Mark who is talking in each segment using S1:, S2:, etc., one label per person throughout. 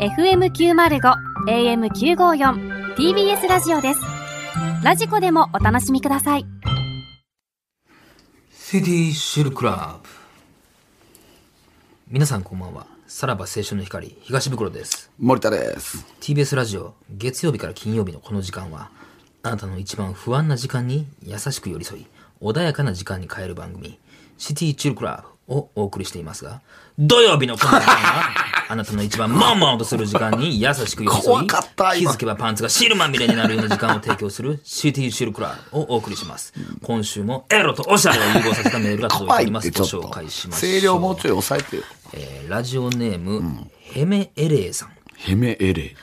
S1: FM905 AM954 TBS ラジオですラジコでもお楽しみください
S2: セディシェルクラブ皆さんこんばんはさらば青春の光東袋です
S3: 森田です。
S2: TBS ラジオ月曜日から金曜日のこの時間はあなたの一番不安な時間に優しく寄り添い穏やかな時間に変える番組「シティチルクラブ」をお送りしていますが土曜日のこの時間 はあなたの一番モンモンとする時間に優しく寄り添
S3: 怖
S2: い
S3: かった
S2: 気
S3: 今
S2: づけばパンツがシールマンみたいになるような時間を提供する「シティチルクラブ」をお送りします今週もエロとオシャレを融合させたメールが届い
S3: 怖
S2: てお
S3: い
S2: りま
S3: っ
S2: す
S3: てち
S2: ご
S3: ょっ
S2: 紹
S3: と
S2: 介し。ましょう
S3: 声量もうちょい抑えてよ。
S2: えーラジオネーム、ヘメエレイさん
S3: ヘメエレ、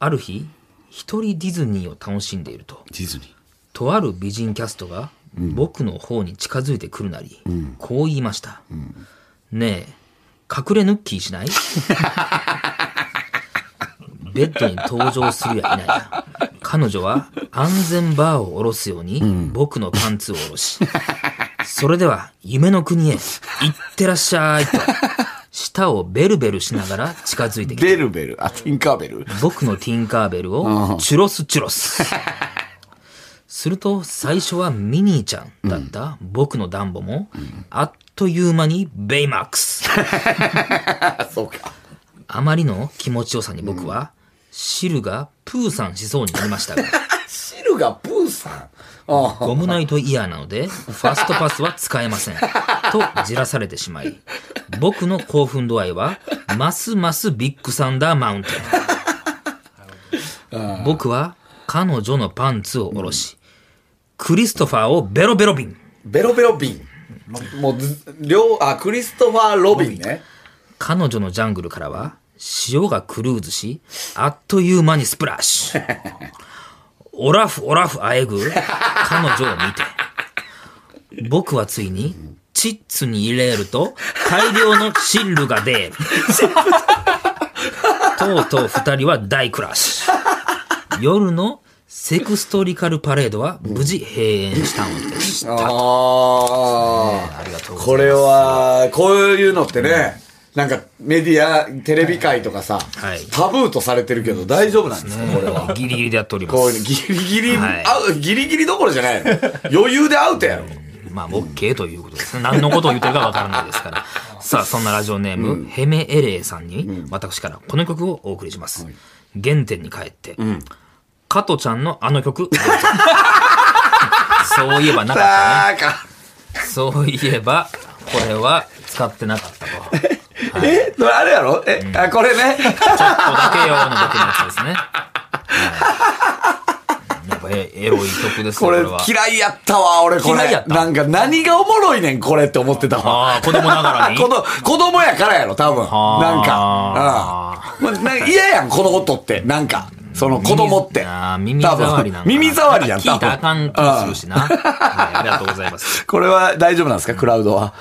S2: ある日一人ディズニーを楽しんでいると
S3: ディズニー。
S2: とある美人キャストが僕の方に近づいてくるなり、こう言いました、ねえ隠れヌッキーし ないベッドに登場するやいないや彼女は安全バーを下ろすように僕のパンツを下ろし、それでは夢の国へ行ってらっしゃい と舌をベルベルしながら近づいてきた
S3: ベルベル、あ、ティンカーベル。
S2: 僕のティンカーベルをチュロスチュロス。すると最初はミニーちゃんだった僕のダンボも、あっという間にベイマックス。
S3: あ、そうか。
S2: あまりの気持ちよさに僕は、シルがプーさんしそうになりましたが、
S3: シルがプーさん。ああ
S2: ゴムナイトイヤーなので、ファストパスは使えません。とじらされてしまい、僕の興奮度合いは、ますますビッグサンダーマウンテン。僕は彼女のパンツを下ろし、クリストファーをベロベロビン。
S3: ベロベロビン。もうず、両、あ、クリストファー・ロビンね。
S2: 彼女のジャングルからは潮がクルーズしあっという間にスプラッシュオラフオラフあえぐ彼女を見て僕はついにチッツに入れると大量のシルが出るとうとう二人は大クラッシュ夜のセクストリカルパレードは無事閉園したのです
S3: ああ。
S2: ありがとうございます
S3: これは、こういうのってね、なんかメディア、テレビ界とかさ、
S2: はい
S3: タブーとされてるけど大丈夫なんですか、これは。
S2: ギリギリでやっております
S3: こういうのギリギリ、
S2: はい
S3: あうギリギリどころじゃないの。余裕でアウトやろ。
S2: まあ、OK ということですね。何のことを言ってるかわからないです から。さあ、そんなラジオネーム、ヘメエレイさんに、私からこの曲をお送りします。原点に帰って、加トちゃんのあの 曲。そういえばなかっ
S3: あーか。
S2: たね。そういえば、これは使ってなかったと。ちょっとだ
S3: えそれあれやろえ、あ、これね。
S2: けよの僕のやつです ね。はいやっぱエエロい曲ですね、
S3: こ
S2: こ
S3: れ
S2: れは。
S3: 嫌いやったわ、俺これ。
S2: 嫌いやった
S3: なんか何がおもろいねん、これって思ってたわ。
S2: ああ、子供ながらに。
S3: 子供子供やからやろ、多分。
S2: ー
S3: なんか。うんまなんか嫌やん、このことって。なんか。その子供って。
S2: あー耳障りなん
S3: 多
S2: か
S3: 分耳障りやん、
S2: 聞いたらあかん気もす
S3: うん
S2: るしな。はいありがとうございます。
S3: これは大丈夫なんですか、クラウ ドは。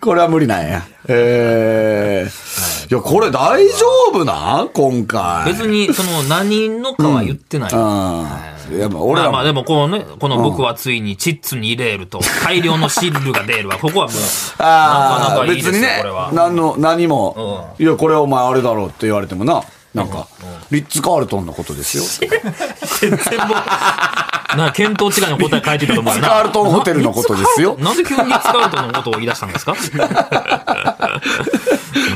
S3: これは無理なんや。えーいや、これ大丈夫なん今回。
S2: 別に、その、何のかは言ってない。
S3: うん。
S2: ま
S3: いや、まあ俺
S2: あ
S3: ら
S2: まあ
S3: も
S2: でも、このね、この僕はついにチッツに入れると、大量のシルルが出るわ。ここはもう、なか
S3: あ
S2: な
S3: あ、
S2: かいいです
S3: 別
S2: よ、
S3: にね
S2: これは、。
S3: 何の、何も、いや、これお前あれだろうって言われてもな、なんか、リッツ・カールトンのこと ですよ。リッ
S2: 全然もう、な、見当違いの答え書いてたと思う
S3: ツ・
S2: よ
S3: カ
S2: な。
S3: ールトンホテルのことですよ。
S2: なぜ急に使うとのことを言い出したんですか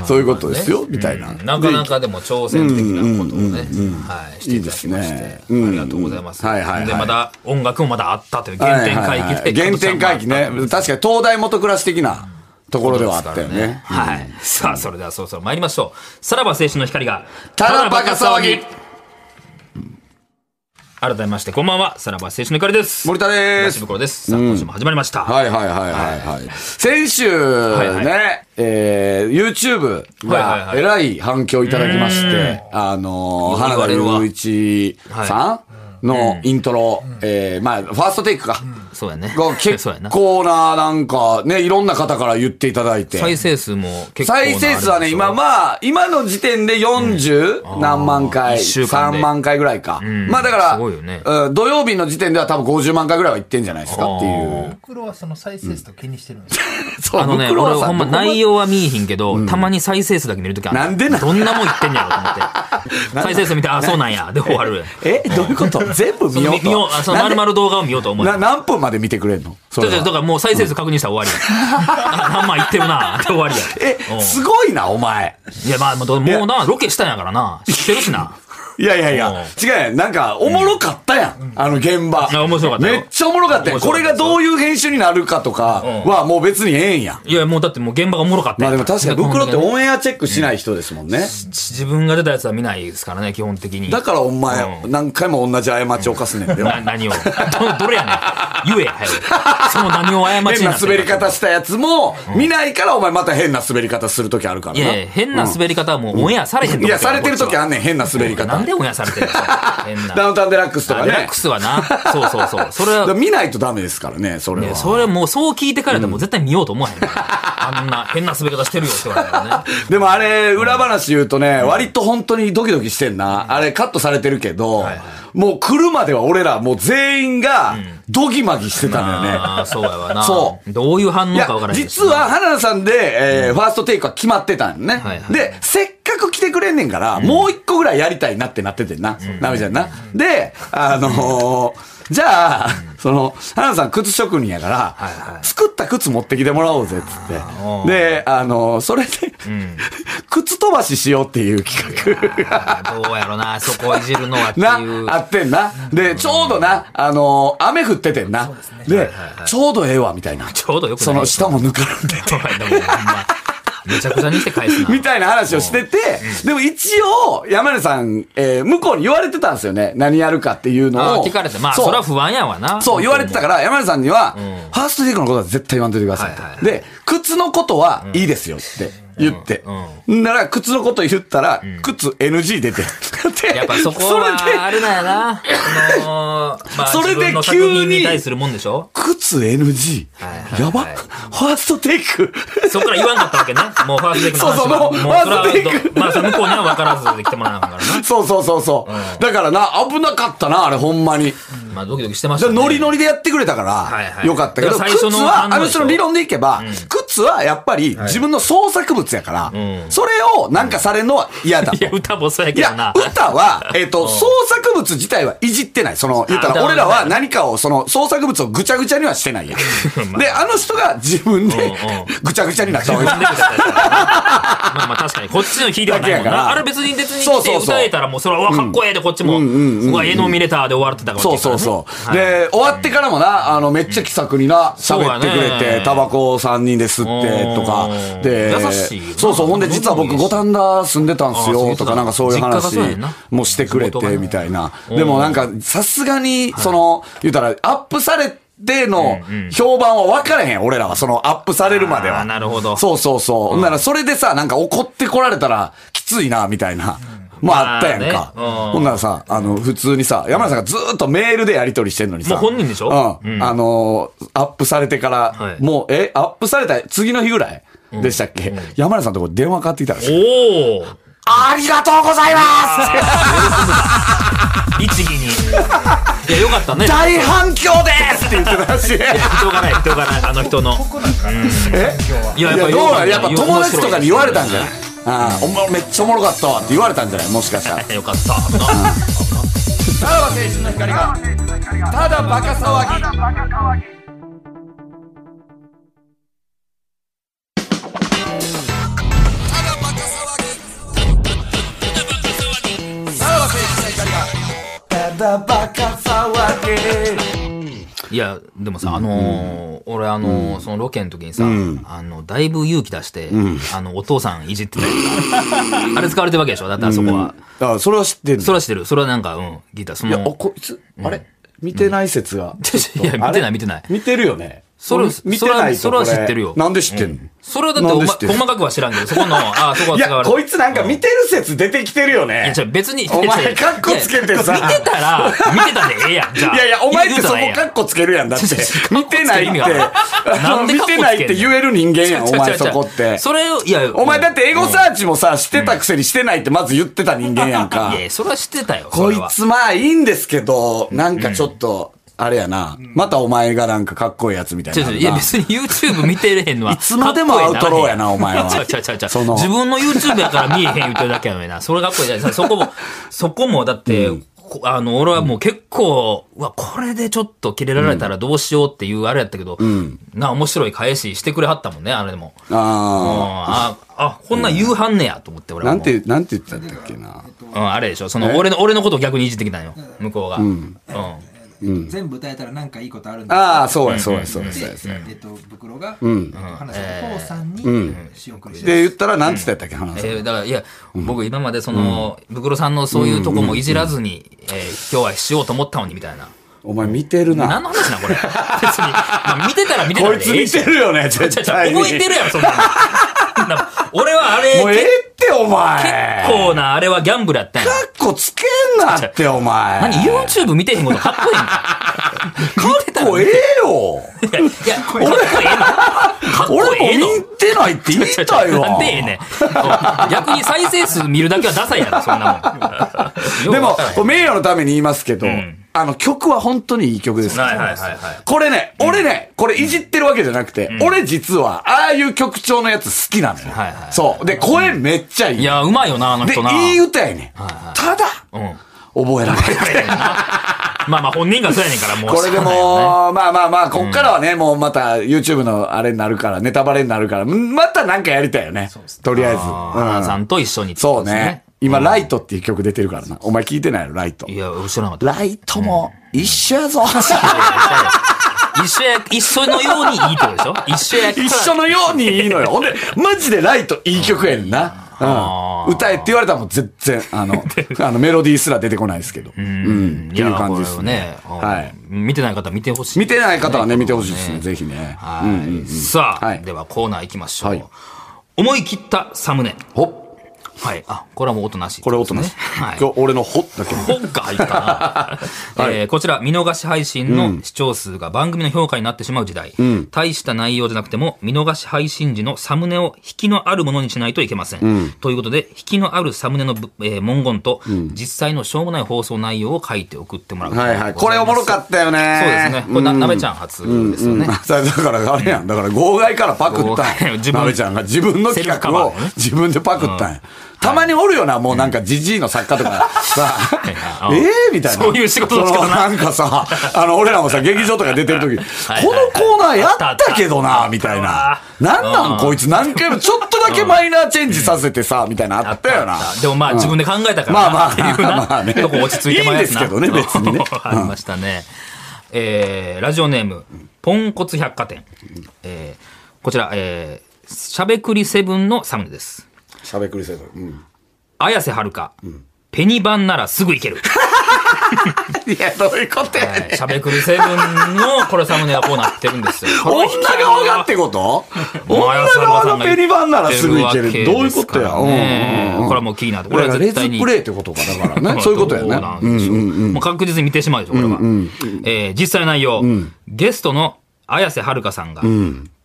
S3: そういうことですよ、みたいな。
S2: なかなかでも挑戦的なことをね、はい、していただきまして、
S3: いいですね
S2: ありがとうございます。
S3: うんはいはいはい
S2: で、また音楽もまだあったという
S3: はい
S2: 原
S3: はい
S2: 点
S3: はい
S2: 回帰で。
S3: 原点回帰ね。確かに東大元暮らし的なところではあ
S2: です
S3: った
S2: から
S3: よね。
S2: はい。さあ、それではそろそろ参りましょう。さらば青春の光が、
S3: ただバカ騒ぎ
S2: 改めまして、こんばんは。さらば青春の光です。
S3: 森田で
S2: 東
S3: す。
S2: 袋です。さあ、今週も始まりました。
S3: はいはいはいはいはい。先週
S2: い
S3: ね、えー YouTube
S2: はいはい
S3: が
S2: はい
S3: えらい反響いただきまして、あのー、
S2: 言
S3: 花
S2: わ
S3: 田
S2: れるわ
S3: 雄一さんのイントロ、えーまあ、ファーストテイクか。
S2: そうやね。
S3: が結
S2: そうやな。
S3: 構な、なんか、ね、いろんな方から言っていただいて。
S2: 再生数も結構なあれ
S3: 再
S2: でしょ。
S3: 生数はね、今まあ、今の時点で40何万回、
S2: 一週間で
S3: 3万回ぐらいか。
S2: ん
S3: まあだから、
S2: すごいよね
S3: うん土曜日の時点では多分50万回ぐらいはいってんじゃないですかっていう。
S4: 黒はその再生数と気にしてるんですよ。
S3: そう
S2: あのね、
S3: ブクロ
S2: 俺
S3: ワさ
S2: ほんま
S3: どこまで
S2: 内容は見えひんけど、たまに再生数だけ見るときある
S3: なんでなん
S2: どんなもん言ってんねやろと 思って。再生数見て、あ、そうなんや。で終わる。
S3: えどういうこと 全部
S2: そ
S3: 見
S2: の
S3: よ
S2: 見
S3: うと。
S2: 見よう、あその
S3: なん
S2: 丸々
S3: で
S2: 動画を見ようと思う。
S3: な何分まで見てくれんのそれ
S2: だ
S3: は
S2: からだからもう再生数確認したら終わ りや。あ何万いってるな。で終わりや。
S3: え、すごいな、お前。
S2: いや、まあ、もうもうな、ロケしたんやからな。知ってるし な。
S3: いやいやいや、
S2: う
S3: 違うやん。なんか、おもろかったやん。あの現場。
S2: や面白かったよ
S3: めっちゃおもろかったやん。
S2: 面白
S3: こ
S2: かっ
S3: れ
S2: た
S3: がどういう編集になるかとかは、もう別にええんやん。
S2: いや、もうだってもう現場がおもろかった
S3: ま
S2: や
S3: あ
S2: ん
S3: でも確かに、袋ってオンエアチェックしない人ですもんね。
S2: 自分が出たやつは見ないですからね、基本的に。
S3: だからお前、何回も同じ過ちを犯すねんで。
S2: な何を。ど、 どれやねん。言えや、早く。その何を過ち
S3: 変
S2: に
S3: な
S2: なって
S3: 滑
S2: る
S3: り
S2: か
S3: 方したやつも、見ないからお前また変な滑り方するときあるから
S2: い
S3: な。
S2: やいや、変な滑り方はもうオンエアされへん
S3: いや、されてるときあ
S2: ん
S3: んねん、変な滑り方。
S2: なんでオンエアされてるんですか変 な。
S3: ダウンタウンデラックスとか
S2: あ
S3: ね。
S2: デラックスはな。そうそうそう。それ
S3: だから
S2: は、
S3: 見ないとダメですからね、それ
S2: いや
S3: は。
S2: それもうそう聞いてからでも絶対見ようと思わへんから。あんな変な滑り方してるよって言われたらね。
S3: でもあれ、裏話言うとね、割と本当にドキドキしてんな。あれ、カットされてるけど、もう来るまでは俺ら、もう全員が、ドギマギしてたんだよね。
S2: ああ、そうやわな。
S3: そ
S2: どういう反応
S3: いや
S2: かわからへんしな
S3: 実は、花田さんで、えーファーストテイクは決まってたんよね、
S2: はいはい
S3: で、せっかく来てくれんねんから、もう一個ぐらいやりたいなってなっててんな。ダメじゃんな。で、あのーじゃあ、その、花田さん靴職人やから、
S2: いはい
S3: 作った靴持ってきてもらおうぜ、っつって。で、あのーそれで、 靴飛ばししようっていう企画。
S2: ああどうやろな、そこをいじるのはって
S3: な
S2: いう。、
S3: あってんな。で、ちょうどな、あのー雨降っててんな。で、ちょうどええわ、みたいな。
S2: ちょうどよくない
S3: その下もぬかるんで。
S2: そうやでもほんまめちゃくちゃにして返すな。
S3: みたいな話をしてて、でも一応、山根さん、えー向こうに言われてたんですよね。何やるかっていう
S2: あ
S3: の
S2: あ
S3: を。
S2: 聞かれて、まあ、
S3: そう
S2: そら不安やわな。。
S3: そう、言われてたからら、山根さんには、
S2: ん
S3: ファーストテイクのことは絶対言わんといてくださいと。
S2: はいはいはい
S3: で、靴のことはいいですよって言って。なら、靴のこと言ったら、靴 NG 出て。で
S2: やっぱそこは、あれだよな。あのーまあ、
S3: それ
S2: 自
S3: で
S2: 分の作品
S3: 急に
S2: に対するもんでしょ
S3: 靴 NG?
S2: はいはいはい
S3: やばっファーストテイク
S2: そっから言わんかったわけね。もうファーストテイクの話
S3: そうそうもう
S2: もそれは
S3: ファーストテイク
S2: まあ、それ向こうには分からずで来てもらわなあかんからな。
S3: そうそうそうそう。だからな、危なかったな、あれほんまに。
S2: まあ、ドキドキしてまし
S3: じ
S2: た
S3: ゃあ
S2: ね。
S3: ノリノリでやってくれたから、
S2: はいはい
S3: よかったけ
S2: だ
S3: ど、
S2: から最初
S3: 靴
S2: の
S3: は、あ
S2: 反応
S3: の
S2: でしょ
S3: 人の理論でいけば、靴はやっぱり自分の創作物やから、
S2: うん
S3: それをなんかされるのは嫌だと。
S2: いや、歌もそうや
S3: い
S2: けど
S3: や
S2: な、。
S3: 歌は、えっ、と、創作物自体はいじってない。その、言った
S2: あ歌
S3: ら、
S2: は
S3: 俺らは何かを、その、創作物をぐちゃぐちゃにはしてないやん。 で、あの人が自分
S2: うんう
S3: で
S2: ん、
S3: ぐちゃぐちゃになったわけ
S2: 自分
S3: じゃん
S2: で歌ったやつやからなまあまあ確かに、こっちの聞いてはないもん
S3: だけやから
S2: な。あれ別に別に
S3: そう
S2: 来
S3: そう
S2: て
S3: そう
S2: 歌えたらもうそれはわかっこええでこっちも、うわ、絵の見れたで終わってたから。
S3: そうそうそう。
S2: はい
S3: で、終わってからもな、あの、めっちゃ気さくにな、喋ってく
S2: そ
S3: れ
S2: うや
S3: て
S2: ね、
S3: タバコを3人で吸ってとか
S2: う、ん
S3: で、
S2: 優しいよな
S3: そうそう、ほんで実は僕
S2: うん
S3: 五反田住んでたんす
S2: あそう
S3: よ
S2: 言って
S3: と
S2: た
S3: か、なんかそういう
S2: 実
S3: 話
S2: 家がそうやんな
S3: もしてくれ
S2: 地元が
S3: て、
S2: ね
S3: みたいな。
S2: うん
S3: でもなんか、さすがに、その、言うたら、アップされての
S2: うんうん
S3: 評判は分からへん、俺らは。その、アップされるまで
S2: あ
S3: は。
S2: ーなるほど
S3: そうそうそう。ほんなら、それでさ、なんか怒ってこられたら、きついな、みたいな。まあ、あったやんか。
S2: まあねうん
S3: ほんならさ、あの、普通にさ、山田さんがずーっとメールでやり取りしてんのにさ。
S2: もう本人でしょ
S3: うん。
S2: うん
S3: あのー、アップされてから、
S2: はい
S3: もう、え、アップされた次の日ぐらいでしたっけ、山田さんのとこ電話かかってきたらしい
S2: おお
S3: ありがとうございます
S2: 律儀に。いや、よかったね。
S3: 大反響ですって言ってたらしい。
S2: 人がない、人がない、あの人の。
S3: え
S2: いや
S3: いや、どう
S2: よか
S3: なんやっぱ友達とかに言われたんじゃない
S2: 面
S3: ああ、お前めっちゃおもろかったわって言われたんじゃないもしかしたら。
S2: 白いよかった。危な
S3: さらば青春の光が、ただバカ騒ぎ。
S2: いや、でもさ、あのー、俺あのー、そのロケの時にさ、あの、だいぶ勇気出して、あの、お父さんいじってたりと かあれ使われてるわけでしょだったらそこは。
S3: だからそれは知ってる
S2: それは知ってる。それはなんか、うん、ギター、そ
S3: いや、あ
S2: の、
S3: こいつ、あれ見てない説が。
S2: いや、見てない見てない。
S3: 見てるよね。
S2: それ、
S3: 見てないと
S2: それはそれは
S3: これ
S2: 知ってるよ。
S3: なんで知ってんの
S2: うそれはだってお
S3: なん
S2: ま、
S3: で知ってる
S2: 細かくは知らんけど、そ この、ああ、そこはい使わ
S3: や、
S2: れる。
S3: こいつなんか見てる説出てきてるよ
S2: いや、
S3: ね
S2: じ。ゃ別に。
S3: お前
S2: いやいやいや
S3: カッコつけてさ
S2: いや見てたら、見てたでええやん。じゃあ
S3: いやいや、お前ってそこ
S2: 言うた
S3: カ
S2: らえ
S3: ッコつけるやん。だって
S2: ちょちょち。ょ
S3: 見てないって。
S2: カッコつける意味が
S3: あ
S2: な
S3: の
S2: んで
S3: 見
S2: カッコつけん
S3: て
S2: の
S3: ないって言える人間
S2: えや
S3: や
S2: ん
S3: ん、お前そこっ
S2: 違う違う違
S3: て
S2: う。それを、いや、
S3: お前だってエゴ
S2: ー
S3: サーチもさ、してたくせにしてないってまず言ってた人間やんか
S2: いや。いや、それは知ってたよ。そ
S3: こ
S2: れ
S3: い
S2: は
S3: つまあいいんですけど、なんかちょっと、あれやな。またお前がなんかかっこいいやつみたい
S2: ちょ
S3: な
S2: ち
S3: の
S2: ょ
S3: ある
S2: いや、
S3: な。
S2: 別に YouTube 見てれへんのは。い
S3: つまでもアウトローやなお前は
S2: ちゃうちゃうちゃうちゃう
S3: その
S2: 自分の YouTube やから見えへん言ってるだけやのにな。それがかっこいいじゃない。そこ も、そこも、だって、こあの、俺はもう結構、うわ、これでちょっとキレられたらどうしようっていうあれやったけど、な、面白い返ししてくれはったもんね、あれでも。うん
S3: あ
S2: あ、あ、こんなん言うはんねやと思って、
S3: あ。
S2: 俺は
S3: な
S2: も
S3: ん
S2: う。
S3: て、なんて言ってたんだっけな。
S2: うん、あれでしょ。その、俺の、俺のことを逆にいじってきたんよ。向こうが。うん。
S4: 全部歌えたらなんかいいことあるんだ
S3: ああ、そうや、そうや、そうや、そうや。
S4: って、えっと、袋が話した父さんに詩を送りし
S3: で、言ったら、なんつってやったっけ、話
S2: え
S3: す。
S2: ーだから、いや、僕今までその、ブクロさんのそういうとこもいじらずに、えー今日はしようと思ったのに、みたいな。
S3: お前見てるな。
S2: 何の話なんこれ。別に、まあ見てたら見てた
S3: こ
S2: ら
S3: い
S2: で
S3: つ
S2: ええ
S3: 見
S2: し。
S3: てるよね、絶
S2: ちゃう
S3: 対
S2: ち
S3: に。
S2: ゃう覚えてるやろ、そんなのな俺はあれ、
S3: もうええって、お前。
S2: 結構な、あれはギャンブルやったんや。
S3: 結構つけんなって、お前。
S2: 何 ?YouTube 見てへんことかっこいいんかってた
S3: もうええよ。
S2: いや、いやかっこええの。かっこええ
S3: 俺
S2: の
S3: も。見てないって言いたい
S2: な
S3: わ
S2: ん。でええねん。逆に再生数見るだけはダサいやろ、そんなもん。
S3: でも
S2: ようわからへ、ん
S3: こう名誉のために言いますけど
S2: ん、
S3: あの、曲は本当にいい曲です。
S2: はいはいはいはい。
S3: これね、俺ね、これいじってるわけじゃなくて、俺実は、ああいう曲調のやつ好きなのよ
S2: はいは。い
S3: そう。で、声めっちゃいい。
S2: いや、うまいよな、あの
S3: で
S2: 人な。、
S3: いい歌やねん。ただ、
S2: うん。
S3: 覚えられない。
S2: まあまあ本人がそうやねんから、もう。
S3: これで
S2: しゃあないよね
S3: もう、まあまあまあ、こっからはね、もうまた YouTube のあれになるから、ネタバレになるから、んまたなんかやりたいよね。とりあえず。
S2: あー花さ
S3: うん
S2: んと一緒にってこ
S3: そう
S2: とです
S3: ね。。今、ライトっていう曲出てるからな。お前聞いてないのライト
S2: い。や、知らなかった。
S3: ライトも一緒やぞ。
S2: 一緒や、一緒のようにいいってことでしょ一緒やから。
S3: 一緒のようにいいのよ。ほんで、マジでライトいい曲やねんな。
S2: あ
S3: うん。歌えって言われたらもう全然、あの、あのメロディーすら出てこないですけど。う
S2: うん
S3: ん。っていう感じですね。
S2: いやこれは
S3: は
S2: ね
S3: い。
S2: うん見てない方見てほしい。
S3: 見てない方はね、見てほしいですね。ぜひね。
S2: はい、
S3: うんうん
S2: さあ、
S3: はい
S2: ではコーナー行きましょう。
S3: はい
S2: 思い切ったサムネ。
S3: ほっ。
S2: はい。あ、これはもう音なし、
S3: これ音なし。
S2: はい。
S3: 今日俺のほっだけ。
S2: 本が入ったな、 えーこちら、見逃し配信の視聴数が番組の評価になってしまう時代。大した内容じゃなくても、見逃し配信時のサムネを引きのあるものにしないといけません。ということで、引きのあるサムネのぶ、えー文言と、実際のしょうもない放送内容を書いて送ってもらう。
S3: はいはい。これおもろかったよね。
S2: そうですね。これな、なべちゃん初ですよね。
S3: あ だからあれやん。だから号外からパクっ
S2: 号
S3: たん
S2: 外
S3: や。
S2: 自分
S3: なべちゃんが自分の企
S2: セルフカ
S3: 画
S2: バ
S3: を
S2: ーのね
S3: 自分でパクったんや。たまにおるよな、もうなんかジジイの作家 とかさ
S2: う、ん
S3: ええみたいな。
S2: そういう仕事の仕
S3: そ
S2: 方
S3: の
S2: な
S3: なんかさ、あの、俺らもさ、劇場とか出てる時、こ
S2: はいはい
S3: のコーナーやったけどな、みたいな。なんなんこいつ何回もちょっとだけマイナーチェンジさせてさ、みたいなあったよな
S2: あ。ったでもまあ自分で考えたから
S3: まあま
S2: な
S3: あ
S2: っていうな、
S3: まあね
S2: とこ落ち着いてもらえ
S3: いいんですけどね別にね
S2: ありましたね。えーラジオネーム、ポンコツ百貨店。えーこちら、えーしゃべくりセブンのサムネです。
S3: しゃべくりせず。うん
S2: 綾瀬はるか、ペニバンならすぐ行ける。
S3: いや、どういうことやねん
S2: しゃべくりセブンのこれサムネがこうなってるんですよ。
S3: 女側がってこと女側のペニバンならすぐいける。どういうこと
S2: う
S3: や、
S2: ん
S3: うんうんうん
S2: これはもうキーなとこ
S3: だ
S2: れ
S3: から
S2: は
S3: レ
S2: 絶
S3: ズプ
S2: 対に。
S3: レイってことか、だからね。そういうことや
S2: ど
S3: ね。
S2: なんでしょうもう確実に見てしまうでしょ、これは。えー実際内容、ゲストの綾瀬はるかさんが、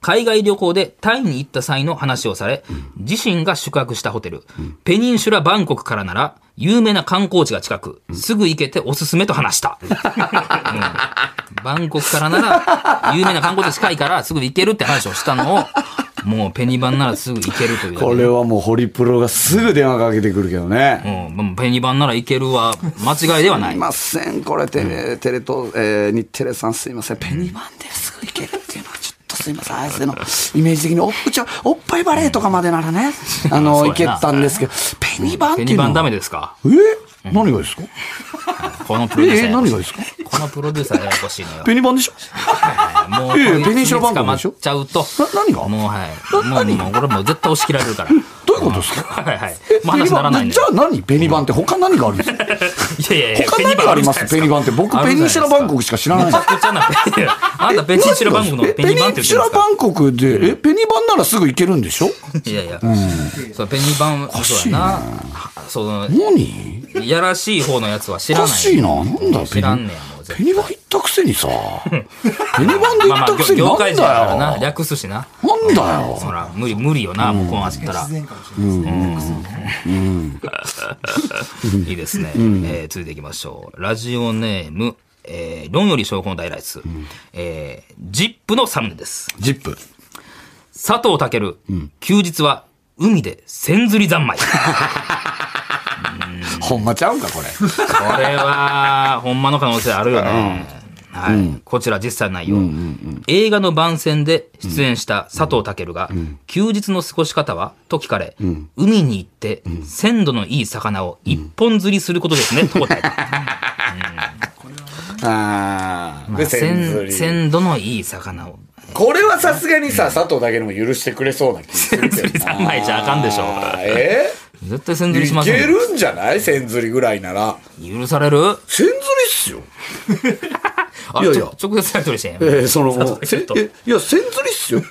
S2: 海外旅行でタイに行った際の話をされ、自身が宿泊したホテル、ペニンシュラバンコクからなら、有名な観光地が近く、すぐ行けておすすめと話した。うんバンコクからなら、有名な観光地近いから、すぐ行けるって話をしたのを、もうペニバンならすぐ行けるというだけで。
S3: これはもうホリプロがすぐ電話かけてくるけどね。
S2: うんまあ、ペニバンならいけるは間違いではない
S3: すい。ません、これテレ、テレ東、えー日テレさんすいません。ペニバンですぐいけるっていうのはちょっとすいません。あいつのイメージ的に、おっ、うちはおっぱいバレーとかまでならね、あ
S2: そう
S3: の、
S2: やない
S3: けたんですけど、ペニバンっ
S2: ペ
S3: て
S2: ニ
S3: いう
S2: バン
S3: の
S2: ダ
S3: は
S2: メですか
S3: え何がですか
S2: このプ
S3: え
S2: ロデューサーややこ
S3: え、何
S2: しい
S3: がですか
S2: このプロデューサーがややこしいのよ。
S3: ペニバンでしょ
S2: もう、
S3: いや
S2: こう
S3: いや
S2: いう
S3: 紅白番
S2: 捕
S3: 組
S2: まっ
S3: でしょ
S2: ちゃうと。
S3: な何が
S2: もうはい。もう、もう、これもう絶対押し切られるから。
S3: どういうことですか
S2: はいはい
S3: え。
S2: もう
S3: ペ
S2: 話に
S3: ニ
S2: な
S3: バ
S2: ら
S3: ン
S2: ないん
S3: でじゃあ何ペニバンって他何があるんですか
S2: いやいやいや、
S3: 他何がありますペニバンって。僕、ペニンシュラバンコク
S2: し
S3: しか知らないで
S2: め
S3: す
S2: ちゃくちゃな、ペニあんたペニンシュラバンコクのペニバンって言って
S3: シュ
S2: るんで
S3: ラ
S2: すか
S3: バンコクで、え、ペニバンならすぐ行けるんでしょ
S2: いやいや、そうペニバン、そうやな。その、
S3: 何
S2: いやらしい方のやつは知
S3: お
S2: らな
S3: か
S2: い。
S3: しいな。なんだよ、
S2: 知
S3: ペニ
S2: ら
S3: バ
S2: ん
S3: ン
S2: ねや、もう。絶
S3: ペ
S2: 対
S3: ニバン行ったくせにさ。 ペニバンで行
S2: ま
S3: っ
S2: あ
S3: た
S2: ま
S3: く
S2: あ、
S3: せにな
S2: 業
S3: んだ
S2: 界人やからな。
S3: よ。
S2: 略すしな。
S3: なんだよ。
S2: ほら、無理、無理よな、もうこうなったら
S4: 自。然かもしれないですね。
S2: いいですね。えー続いていきましょう。ラジオネーム、えー、論より証拠の大ライス。えー、ジップのサムネです。
S3: ジップ。
S2: 佐藤健、休日は海で千釣り三昧。こ
S3: ほんまちゃうんか、これ。
S2: れ は、ほんまの可能性あるよね。はい、こちら実際の内容、映画の番宣で出演した佐藤健が、休日の過ごし方はと聞かれ、海に行って鮮度のいい魚を一本釣りすることですね、と答えた。
S3: あー。
S2: まあ
S3: で、 千釣
S2: 鮮
S3: り
S2: 鮮度のいい魚を。
S3: これはさすがにさ、佐藤だけでも許してくれそうな気が するけ
S2: 釣
S3: ど
S2: り三昧じゃあかんでしょ。
S3: あーえ
S2: 絶対千釣りし
S3: い
S2: ませ
S3: け
S2: んよ。
S3: るんじゃない千釣りぐらいなら。
S2: 許される
S3: 千釣りっすよ。
S2: あ
S3: いやいや
S2: ちょ直接やり取りしてんやん。
S3: ええその、
S2: ちょっ
S3: せ
S2: と
S3: えいや、千釣りっすよ。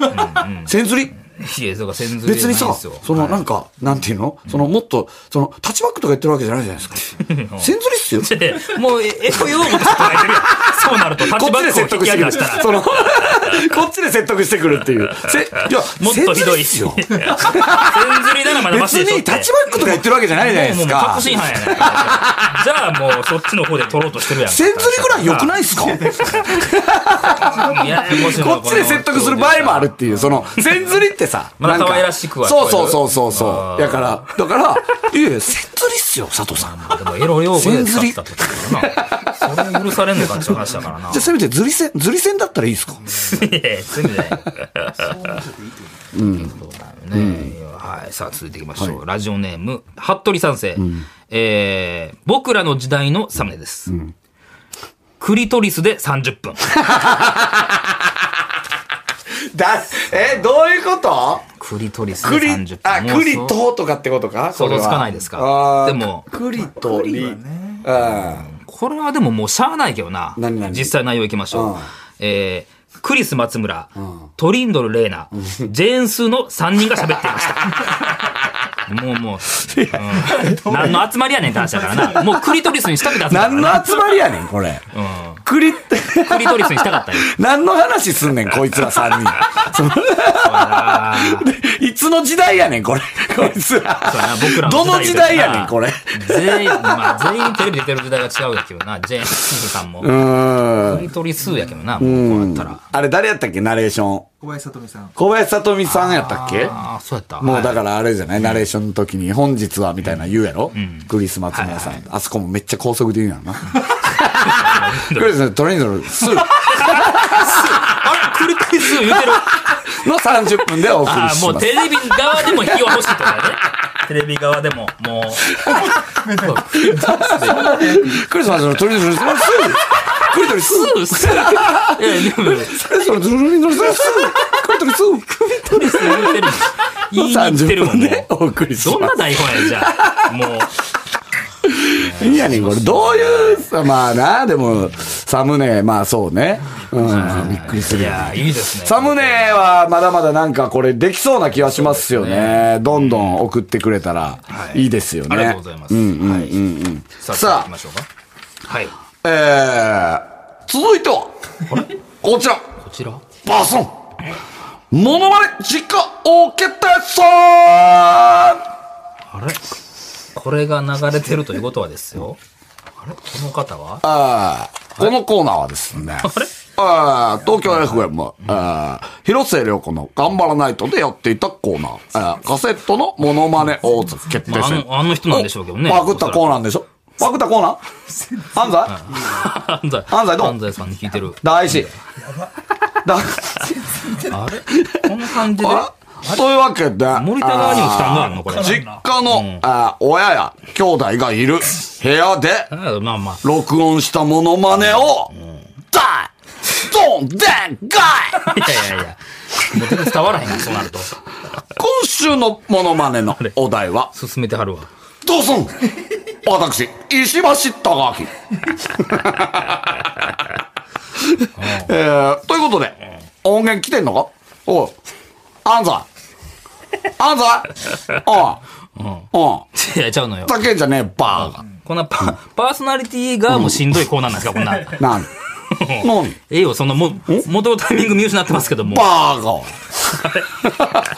S3: 千釣り。
S2: いや、そうか、千釣り
S3: 別
S2: じゃな
S3: に
S2: い
S3: さ、
S2: ですよ。
S3: その、なんか、なんていうのその、もっと、その、タッチバックとか言ってるわけじゃないじゃないですか。千釣りっ すよ。
S2: で、もう、え、え、こういうこと捉えてるやん。そうなると、タッ
S3: こ
S2: チバ
S3: っちで
S2: ッ
S3: 説
S2: クを引き
S3: 得
S2: 上
S3: し
S2: げ
S3: てく
S2: 出
S3: る。
S2: したら、
S3: その、こっちで説得してくるっていう。せ、いや、
S2: もっとひどい。
S3: 千釣りっす
S2: 千
S3: よ
S2: 釣りならまだマ
S3: 別
S2: シでしょっ
S3: に
S2: て。
S3: タッチバックとか言ってるわけじゃないじゃないで
S2: もう、
S3: す
S2: もう、確
S3: か。
S2: 信犯やねん。じゃあ、もう、そっちの方で取ろうとしてるやん。
S3: 千釣りぐらい良くないっす か
S2: いや、もしも
S3: こっちで説得する場合もあるっていう、そ の、千釣りってさ。
S2: まだ
S3: なんか
S2: 可愛らしくは聞こえ
S3: そ
S2: る
S3: うそうそうそうそ
S2: あ
S3: う。
S2: ー
S3: だから、だから、いやいや、千釣りっすよ、佐藤さん。じゃ
S2: でもエロ用語で使ったってことだからな。それ許されんのかっていう話だからな。
S3: あ、せめて釣り線、釣り線だったらいいっす か
S2: いやいやそういう意味じゃない。そうだよね。はい。さあ、続いていきましょう。ラジオネーム、服部三世。えー僕らの時代のサムネです。クリトリスで30分。
S3: だ、え、どういうこと
S2: クリトリスで
S3: クリ、
S2: 30分。
S3: あ、
S2: もうそう
S3: クリトとかってことか
S2: 想
S3: そ
S2: 像
S3: れは
S2: つかないですか
S3: あー
S2: でも
S3: クリとリ。うん。
S2: これはでももうしゃあないけどな。
S3: 何々
S2: 実際内容いきましょう。
S3: うん
S2: えークリス松村、トリンドル玲奈、ジェーンスーの3人が喋っていました。 もうもう、うん、何の集まりやねんって話だからな。もうクリトリスにしたくて集まったから
S3: 何
S2: な。
S3: の集まりやねん、これ。クリって、
S2: クリトリスにしたかったよ。
S3: 何の話すんねん、こいつら3人。 そのでいつの時代やねん、これ。こいつ
S2: そうや
S3: ら
S2: な僕ら。の
S3: どの時代やねん、
S2: 時代
S3: これ。
S2: 全員、まあ全員テレビ出てる時代が違うやけどな。ジェーンスーさんも。
S3: う
S2: ク
S3: ーん。
S2: リトリスやけどな、もうこうなったら。
S3: あれ誰やったっけ、ナレーション。
S4: 小林さとみさん。
S3: 小林さとみさんやったっけ
S2: ああ、そうやった。
S3: もう
S2: はい
S3: だからあれじゃない、ナレーションの時に、本日はみたいな言うやろ、クリス・マス村さん、あそこもめっちゃ高速で言うんやろな。 クリスマストレインドルスー
S2: あれクリトリス言うてる。
S3: の30分でお送り
S2: ああ、
S3: し
S2: も
S3: ま
S2: う
S3: す
S2: テ。レビ側でも引きは欲しいってことだね。 テレビ側でも、もう。
S3: クリスマスのトレインドルスークリトリスー
S2: そうすいや、でも、
S3: クリスマスのトレインドルスークリトリス
S2: クリス
S3: ー
S2: 言うてる。言いに行ってるもん、
S3: 30分
S2: も
S3: でお
S2: う。
S3: 送りし
S2: どん
S3: ま
S2: な台本や、じゃあ。もう。
S3: す。いいやねん、これ。どういうさ、まあな、でも、サムネ、まあそうね。うん、びっくりす
S2: い
S3: るよ。
S2: や、いいですね。
S3: サムネはまだまだなんかこれできそうな気はしますよね。どんどん送ってくれたらいいですよね。
S2: ありがとうございます。はい。さあ、
S3: さあ
S2: 行きましょうか。はい。
S3: えー、続いては、こちら、
S2: こちら。
S3: バスン、モノマネ実家オーケストラさ
S2: あれこれが流れてるということはですよ。あれこの方は
S3: あーこのコーナーはですね、あー東京 FM、あー広末涼子の頑張らないとでやっていたコーナー、あーカセットのモノマネ王座決
S2: ま
S3: 定
S2: あ、あ
S3: 戦。
S2: の、あの人なんでしょうけどね。
S3: パクったコーナーでしょパクったコーナー安西
S2: 安西。
S3: 安西どう
S2: 安西さんに聞いてる。
S3: 大事。だ、
S2: あれこの感じで
S3: あというわけで。
S2: 森田側にも負担があるのこれ
S3: あー実家の、あー親や兄弟がいる部屋で、
S2: あまあまあ。
S3: 録音したモノマネを、ダイドンデンガイ
S2: いやいやいや。もう全然伝わらへんな、そうなると。
S3: 今週のモノマネのお題は、
S2: 進めてはるわ。
S3: どうすん私、石橋 貴明。えー、ということで、音源来てんのかおう。安西。安西おう。うん。
S2: いや、ちゃうのよ。
S3: だけじゃねえ、バーが。
S2: こんなパパーソナリティがもうしんどいコーナーなんですか、こんな。え
S3: なん。なん
S2: えよ、そんなもう、元のタイミング見失ってますけども。
S3: バーが。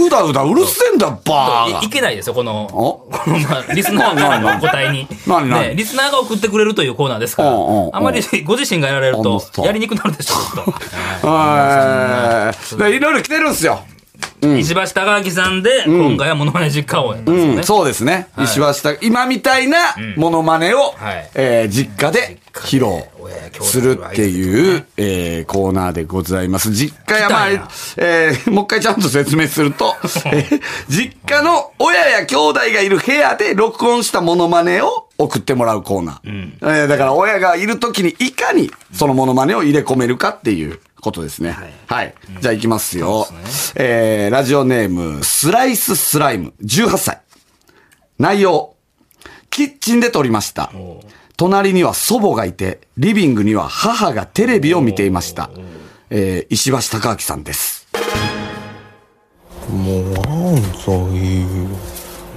S3: うだうだうるせえんだよ、バー
S2: いい
S3: が。
S2: けないですよ、この、
S3: お
S2: この、ま あ、リスナーからのお答えに。
S3: 何何
S2: ね、リスナーが送ってくれるというコーナーですから
S3: うんうんうん、
S2: あまりご自身がやられる
S3: あの
S2: と
S3: さ、
S2: やりにくくなるでしょ、ちょっと。
S3: えーでいろいろ来てるんすよ。
S2: 石橋貴明さんで、今回はモノマネ実家をやったんですよ
S3: う
S2: ね
S3: ん、。そうですね。石橋貴今みたいなモノマネを、
S2: はい
S3: えー実家で披露するっていう、えーコーナーでございます。実家やま
S2: 来
S3: あ
S2: たんや、
S3: えーもう一回ちゃんと説明する と、えー実家の親や兄弟がいる部屋で録音したモノマネを送ってもらうコーナー。えーだから親がいる時にいかにそのモノマネを入れ込めるかっていうことですね。はい。じゃあ行きますよ。えーラジオネーム、スライススライム、18歳。内容。キッチンで撮りました。隣には祖母がいて、リビングには母がテレビを見ていました。えー石橋貴明さんです。
S5: もうあんさいいよ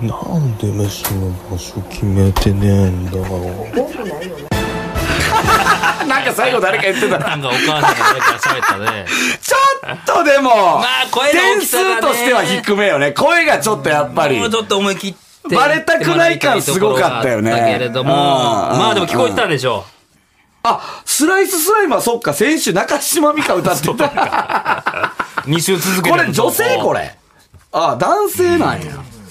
S5: なんで飯の場所決めてねえんだ よ
S3: なんか最後誰か言ってた。
S2: なんかお母さんが誰か喋ったね。
S3: ちょっとでも、
S2: あ声の大き
S3: 点
S2: さがね
S3: 数としては低めよね。声がちょっとやっぱり
S2: もう。ちょっと思い切って。
S3: バレたくない感すごかったよね
S2: だけれども、
S3: うん
S2: まあでも聞こえてたでしょ
S3: あ、スライススライムはそっか、先週中島美香歌ってた。
S2: う。2週続けて
S3: これ女性こ
S2: れ。
S3: れ。あ、男性なんや。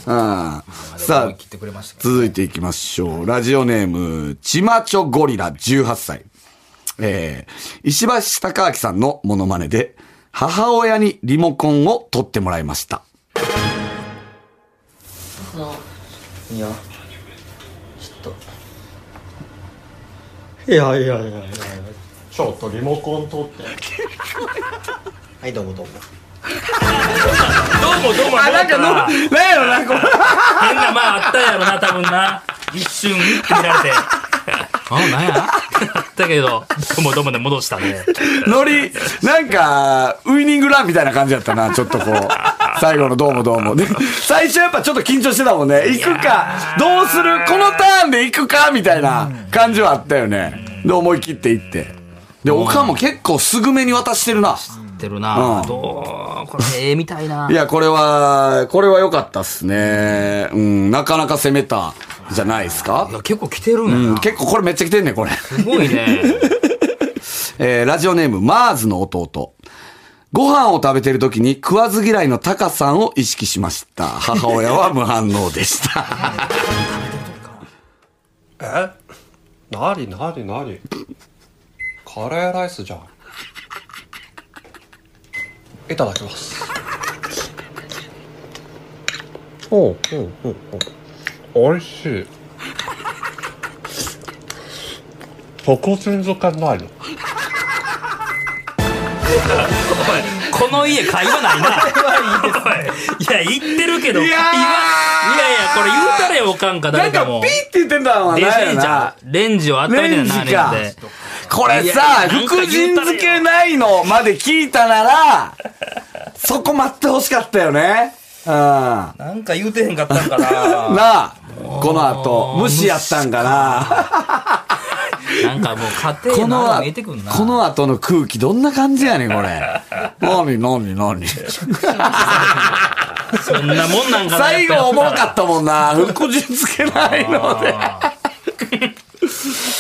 S3: うん。さあ
S2: 切、ってくれましたか
S3: 続いていきましょう。ラジオネーム、ちまちょゴリラ18歳。えー、石橋貴明さんのモノマネで、母親にリモコンを取ってもらいました。
S6: いや、ちょっと。いやいやいやいや。ちょっとリモコン取っ て。はい、どうもどうも。
S2: どうもどうもどうも
S3: あ、なんかの、なんやろな、これ。
S2: 変なまああったやろな、多分な。一瞬、って見 られて。あ、なんやあったけど、どうもどうもで戻したね。
S3: ノリ、なんか、ウイニングランみたいな感じだったな、ちょっとこう。最後のどうもどうも。で、最初やっぱちょっと緊張してたもんね。行くか、どうするこのターンで行くかみたいな感じはあったよね。で、思い切って行って。で、おかんも結構すぐめに渡してるな。
S2: ってるな
S3: う。ん
S2: どうこれ、ええみたいな。
S3: いや、これは、これは良かったっすね。うん、なかなか攻めた、じゃないですか
S2: い。や結構来てるんや
S3: うん、
S2: な。
S3: 結構これめっちゃ来てんねん、これ。
S2: すごいね。
S3: えーラジオネーム、マーズの弟。ご飯を食べてる時に食わず嫌いのタカさんを意識しました。母親は無反応でした。
S7: えなになになにカレーライスじゃんいただきますおうおうおうおうおいしい特選漬けないの
S2: この家会話ない な。おいいや、言ってるけど、言わいやい
S3: いやー
S2: や、これ言うたれよ、おかんか、
S3: なん
S2: 誰
S3: か
S2: か
S3: ピー
S2: も。
S3: って言ってんだもん
S2: レ
S3: ないよ
S2: ンジ
S3: な
S2: ゃ。んレンジをあっためて
S3: レ
S2: る
S3: ンジ
S2: な、
S3: か
S2: レンジで。
S3: これ
S2: いやい
S3: さ、
S2: やなんか
S3: 福
S2: 言う
S3: 神
S2: たれよ
S3: 漬けないのまで聞いたなら、そこ待ってほしかったよね。うん。な
S2: なんか言うてへんかったんかな。
S3: あ、この後、無視やったん かな。
S2: なんかもう家
S3: こ
S2: 庭
S3: の
S2: の
S3: 後
S2: 見えてくんな。
S3: この後の空気どんな感じやねん、これ。 なになになに
S2: そんなもんなんかな。。
S3: 最後おもろかったたもんな。個人つけないので。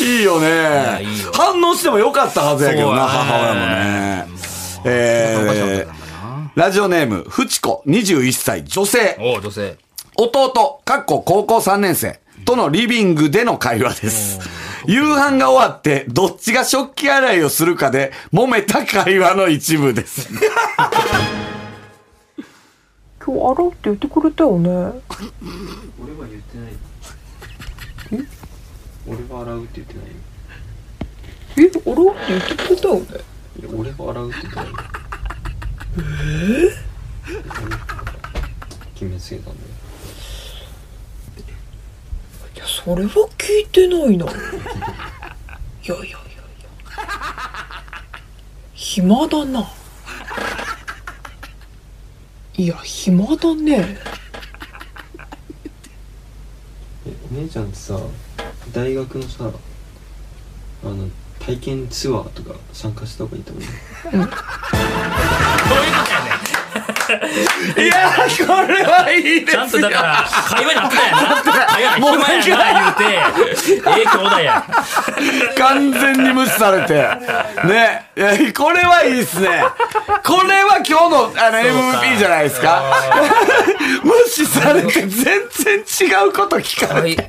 S3: いいよね
S2: いいよ
S3: 反応してもよかったはずやけどな、
S2: そうやね
S3: 母親もね。えー、ラジオネーム、ふちこ、21歳、女性、
S2: おう女性。
S3: 弟、かっこ高校3年生、とのリビングでの会話です。夕飯が終わって、どっちが食器洗いをするかで、揉めた会話の一部です。
S8: 今日洗うって言ってくれたよね
S7: 俺は言ってない俺は洗うって言ってないよ
S8: え洗うって言ってくれたよね
S7: いや俺は洗うって言ってないよえ決めつけたんだよ
S8: いやそれは聞いてないないやいやいやいや暇だないや暇だね
S7: えお姉ちゃんってさ大学のさあの体験ツアーとか参加した方がいいと思うよ
S3: いやー、これはいいで
S2: ち
S3: すよ
S2: ゃんとだから、会話になってたやな。会話になってたやな、言うて。ええ兄弟や。
S3: 完全に無視されて。ね。いやこれはいいっすね。これは今日のあの MVP じゃないですか。無視されて全然違うこと聞かれて。や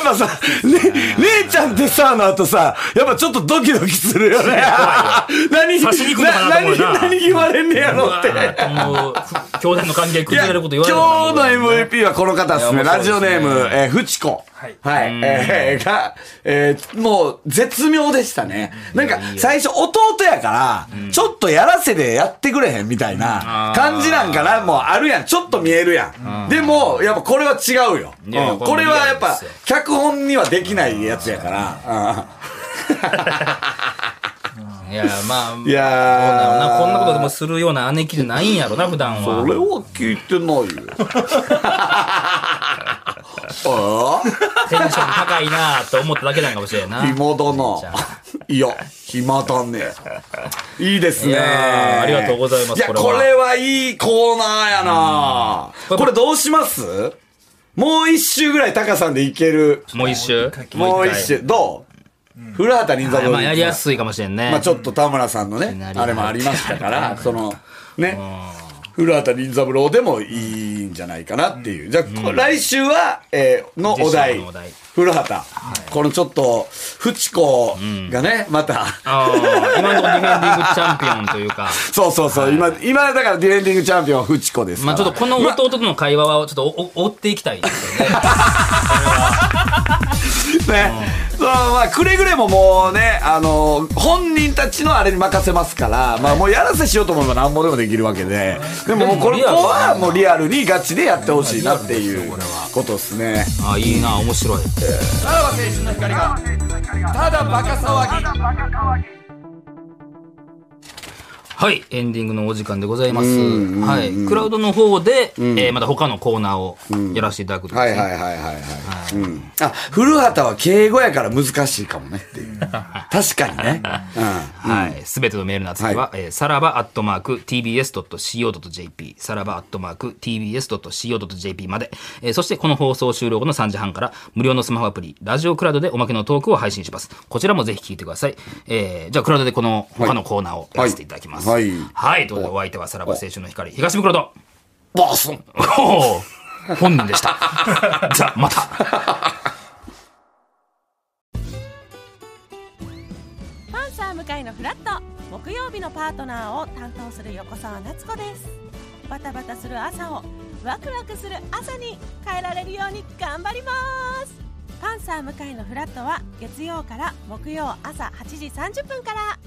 S3: っぱさ、ね、姉ちゃんってさ、の後さ、やっぱちょっとドキドキするよね。何、
S2: 刺しに行くのかなと思うよな
S3: 何、何言われんねやろって。
S2: もう、兄弟の関係崩れること言
S3: 今
S2: わ
S3: 日
S2: れる
S3: の
S2: かな
S3: MVP はこの方ですね。
S2: いや
S3: ラ
S2: 面
S3: ジ
S2: 白
S3: オ
S2: いですね
S3: ネーム、えー、ふちこ。はい。えーが、えーもう、絶妙でしたね。なんか、最初、弟やから、ちょっとやらせでやってくれへんみたいな感じなんかな、もうあるやん。ちょっと見えるやん。でも、やっぱこれは違うよ。
S2: いや
S3: うん
S2: これ
S3: これはやっ
S2: 無理な
S3: ぱ
S2: んですよ、
S3: 脚本にはできないやつやから。
S2: いや、まあ、
S3: うんいやー。
S2: こんなことでもするような姉貴じゃないんやろな、普段
S3: それ
S2: は。
S3: は聞いてないよ。ああ
S2: テンション高いなと思っただけなんかもしれんな。
S3: 暇だな
S2: ゃ。
S3: いや、暇だね。いいです
S2: い
S3: ね。
S2: やーありがとうございます
S3: いや、
S2: これは
S3: これはいいコーナーやな。これどうしますもう一周ぐらいタカさんでいける。
S2: もう一周
S3: もう一周。どう古畑任三
S2: はい
S3: 郎。
S2: まあ、やりやすいかもしれんね。
S3: まあちょっと田村さんのね、
S2: なり
S3: あれもありましたから、その、ね。古畑任三郎でもいいんじゃないかなっていう。じゃあ、こ来週は、えーのお題
S2: 次週のお題。
S3: 古畑。このちょっと、フチコがね、また、
S2: あー今のところディフェンディングチャンピオンというか。
S3: そうそうそう、今、今だからディフェンディングチャンピオンはフチコですか
S2: まあ
S3: ら。
S2: ちょっとこの弟との会話はちょっとおお追っていきたいですよね。
S3: ね。そうまあ、くれぐれももうね、あの、本人たちのあれに任せますから、まあもうやらせしようと思えば何もでもできるわけで、でももうこの子はもうリアルにガチでやってほしいなっていうことですね。
S2: あーいいな面白い。
S3: さらば青春の光が、ただバカ騒ぎ。
S2: はい、エンディングのお時間でございます。はい、クラウドの方で、えーまた他のコーナーをやらせていただくと
S3: はいはいはいはいはい。うん、あ、古畑は敬語やから難しいかもねっていう。確かに ね。うん。
S2: はい。すべてのメールの扱いは、えーさらばアットマーク tbs.co.jp、さらばアットマーク tbs.co.jp まで、えーそしてこの放送終了後の3時半から、無料のスマホアプリ、ラジオクラウドでおまけのトークを配信します。こちらもぜひ聞いてください。えーじゃあ、クラウドでこの他のコーナーをやらせていただきます。
S3: はいはい
S2: はいということで、お相手はさらば青春の光、東袋と、
S3: ボスン
S2: おー本人で した。じゃあ、また。
S9: パンサー向井のフラット木曜日のパートナーを担当する横澤夏子ですバタバタする朝をワクワクする朝に変えられるように頑張りますパンサー向井のフラットは月曜から木曜朝8時30分から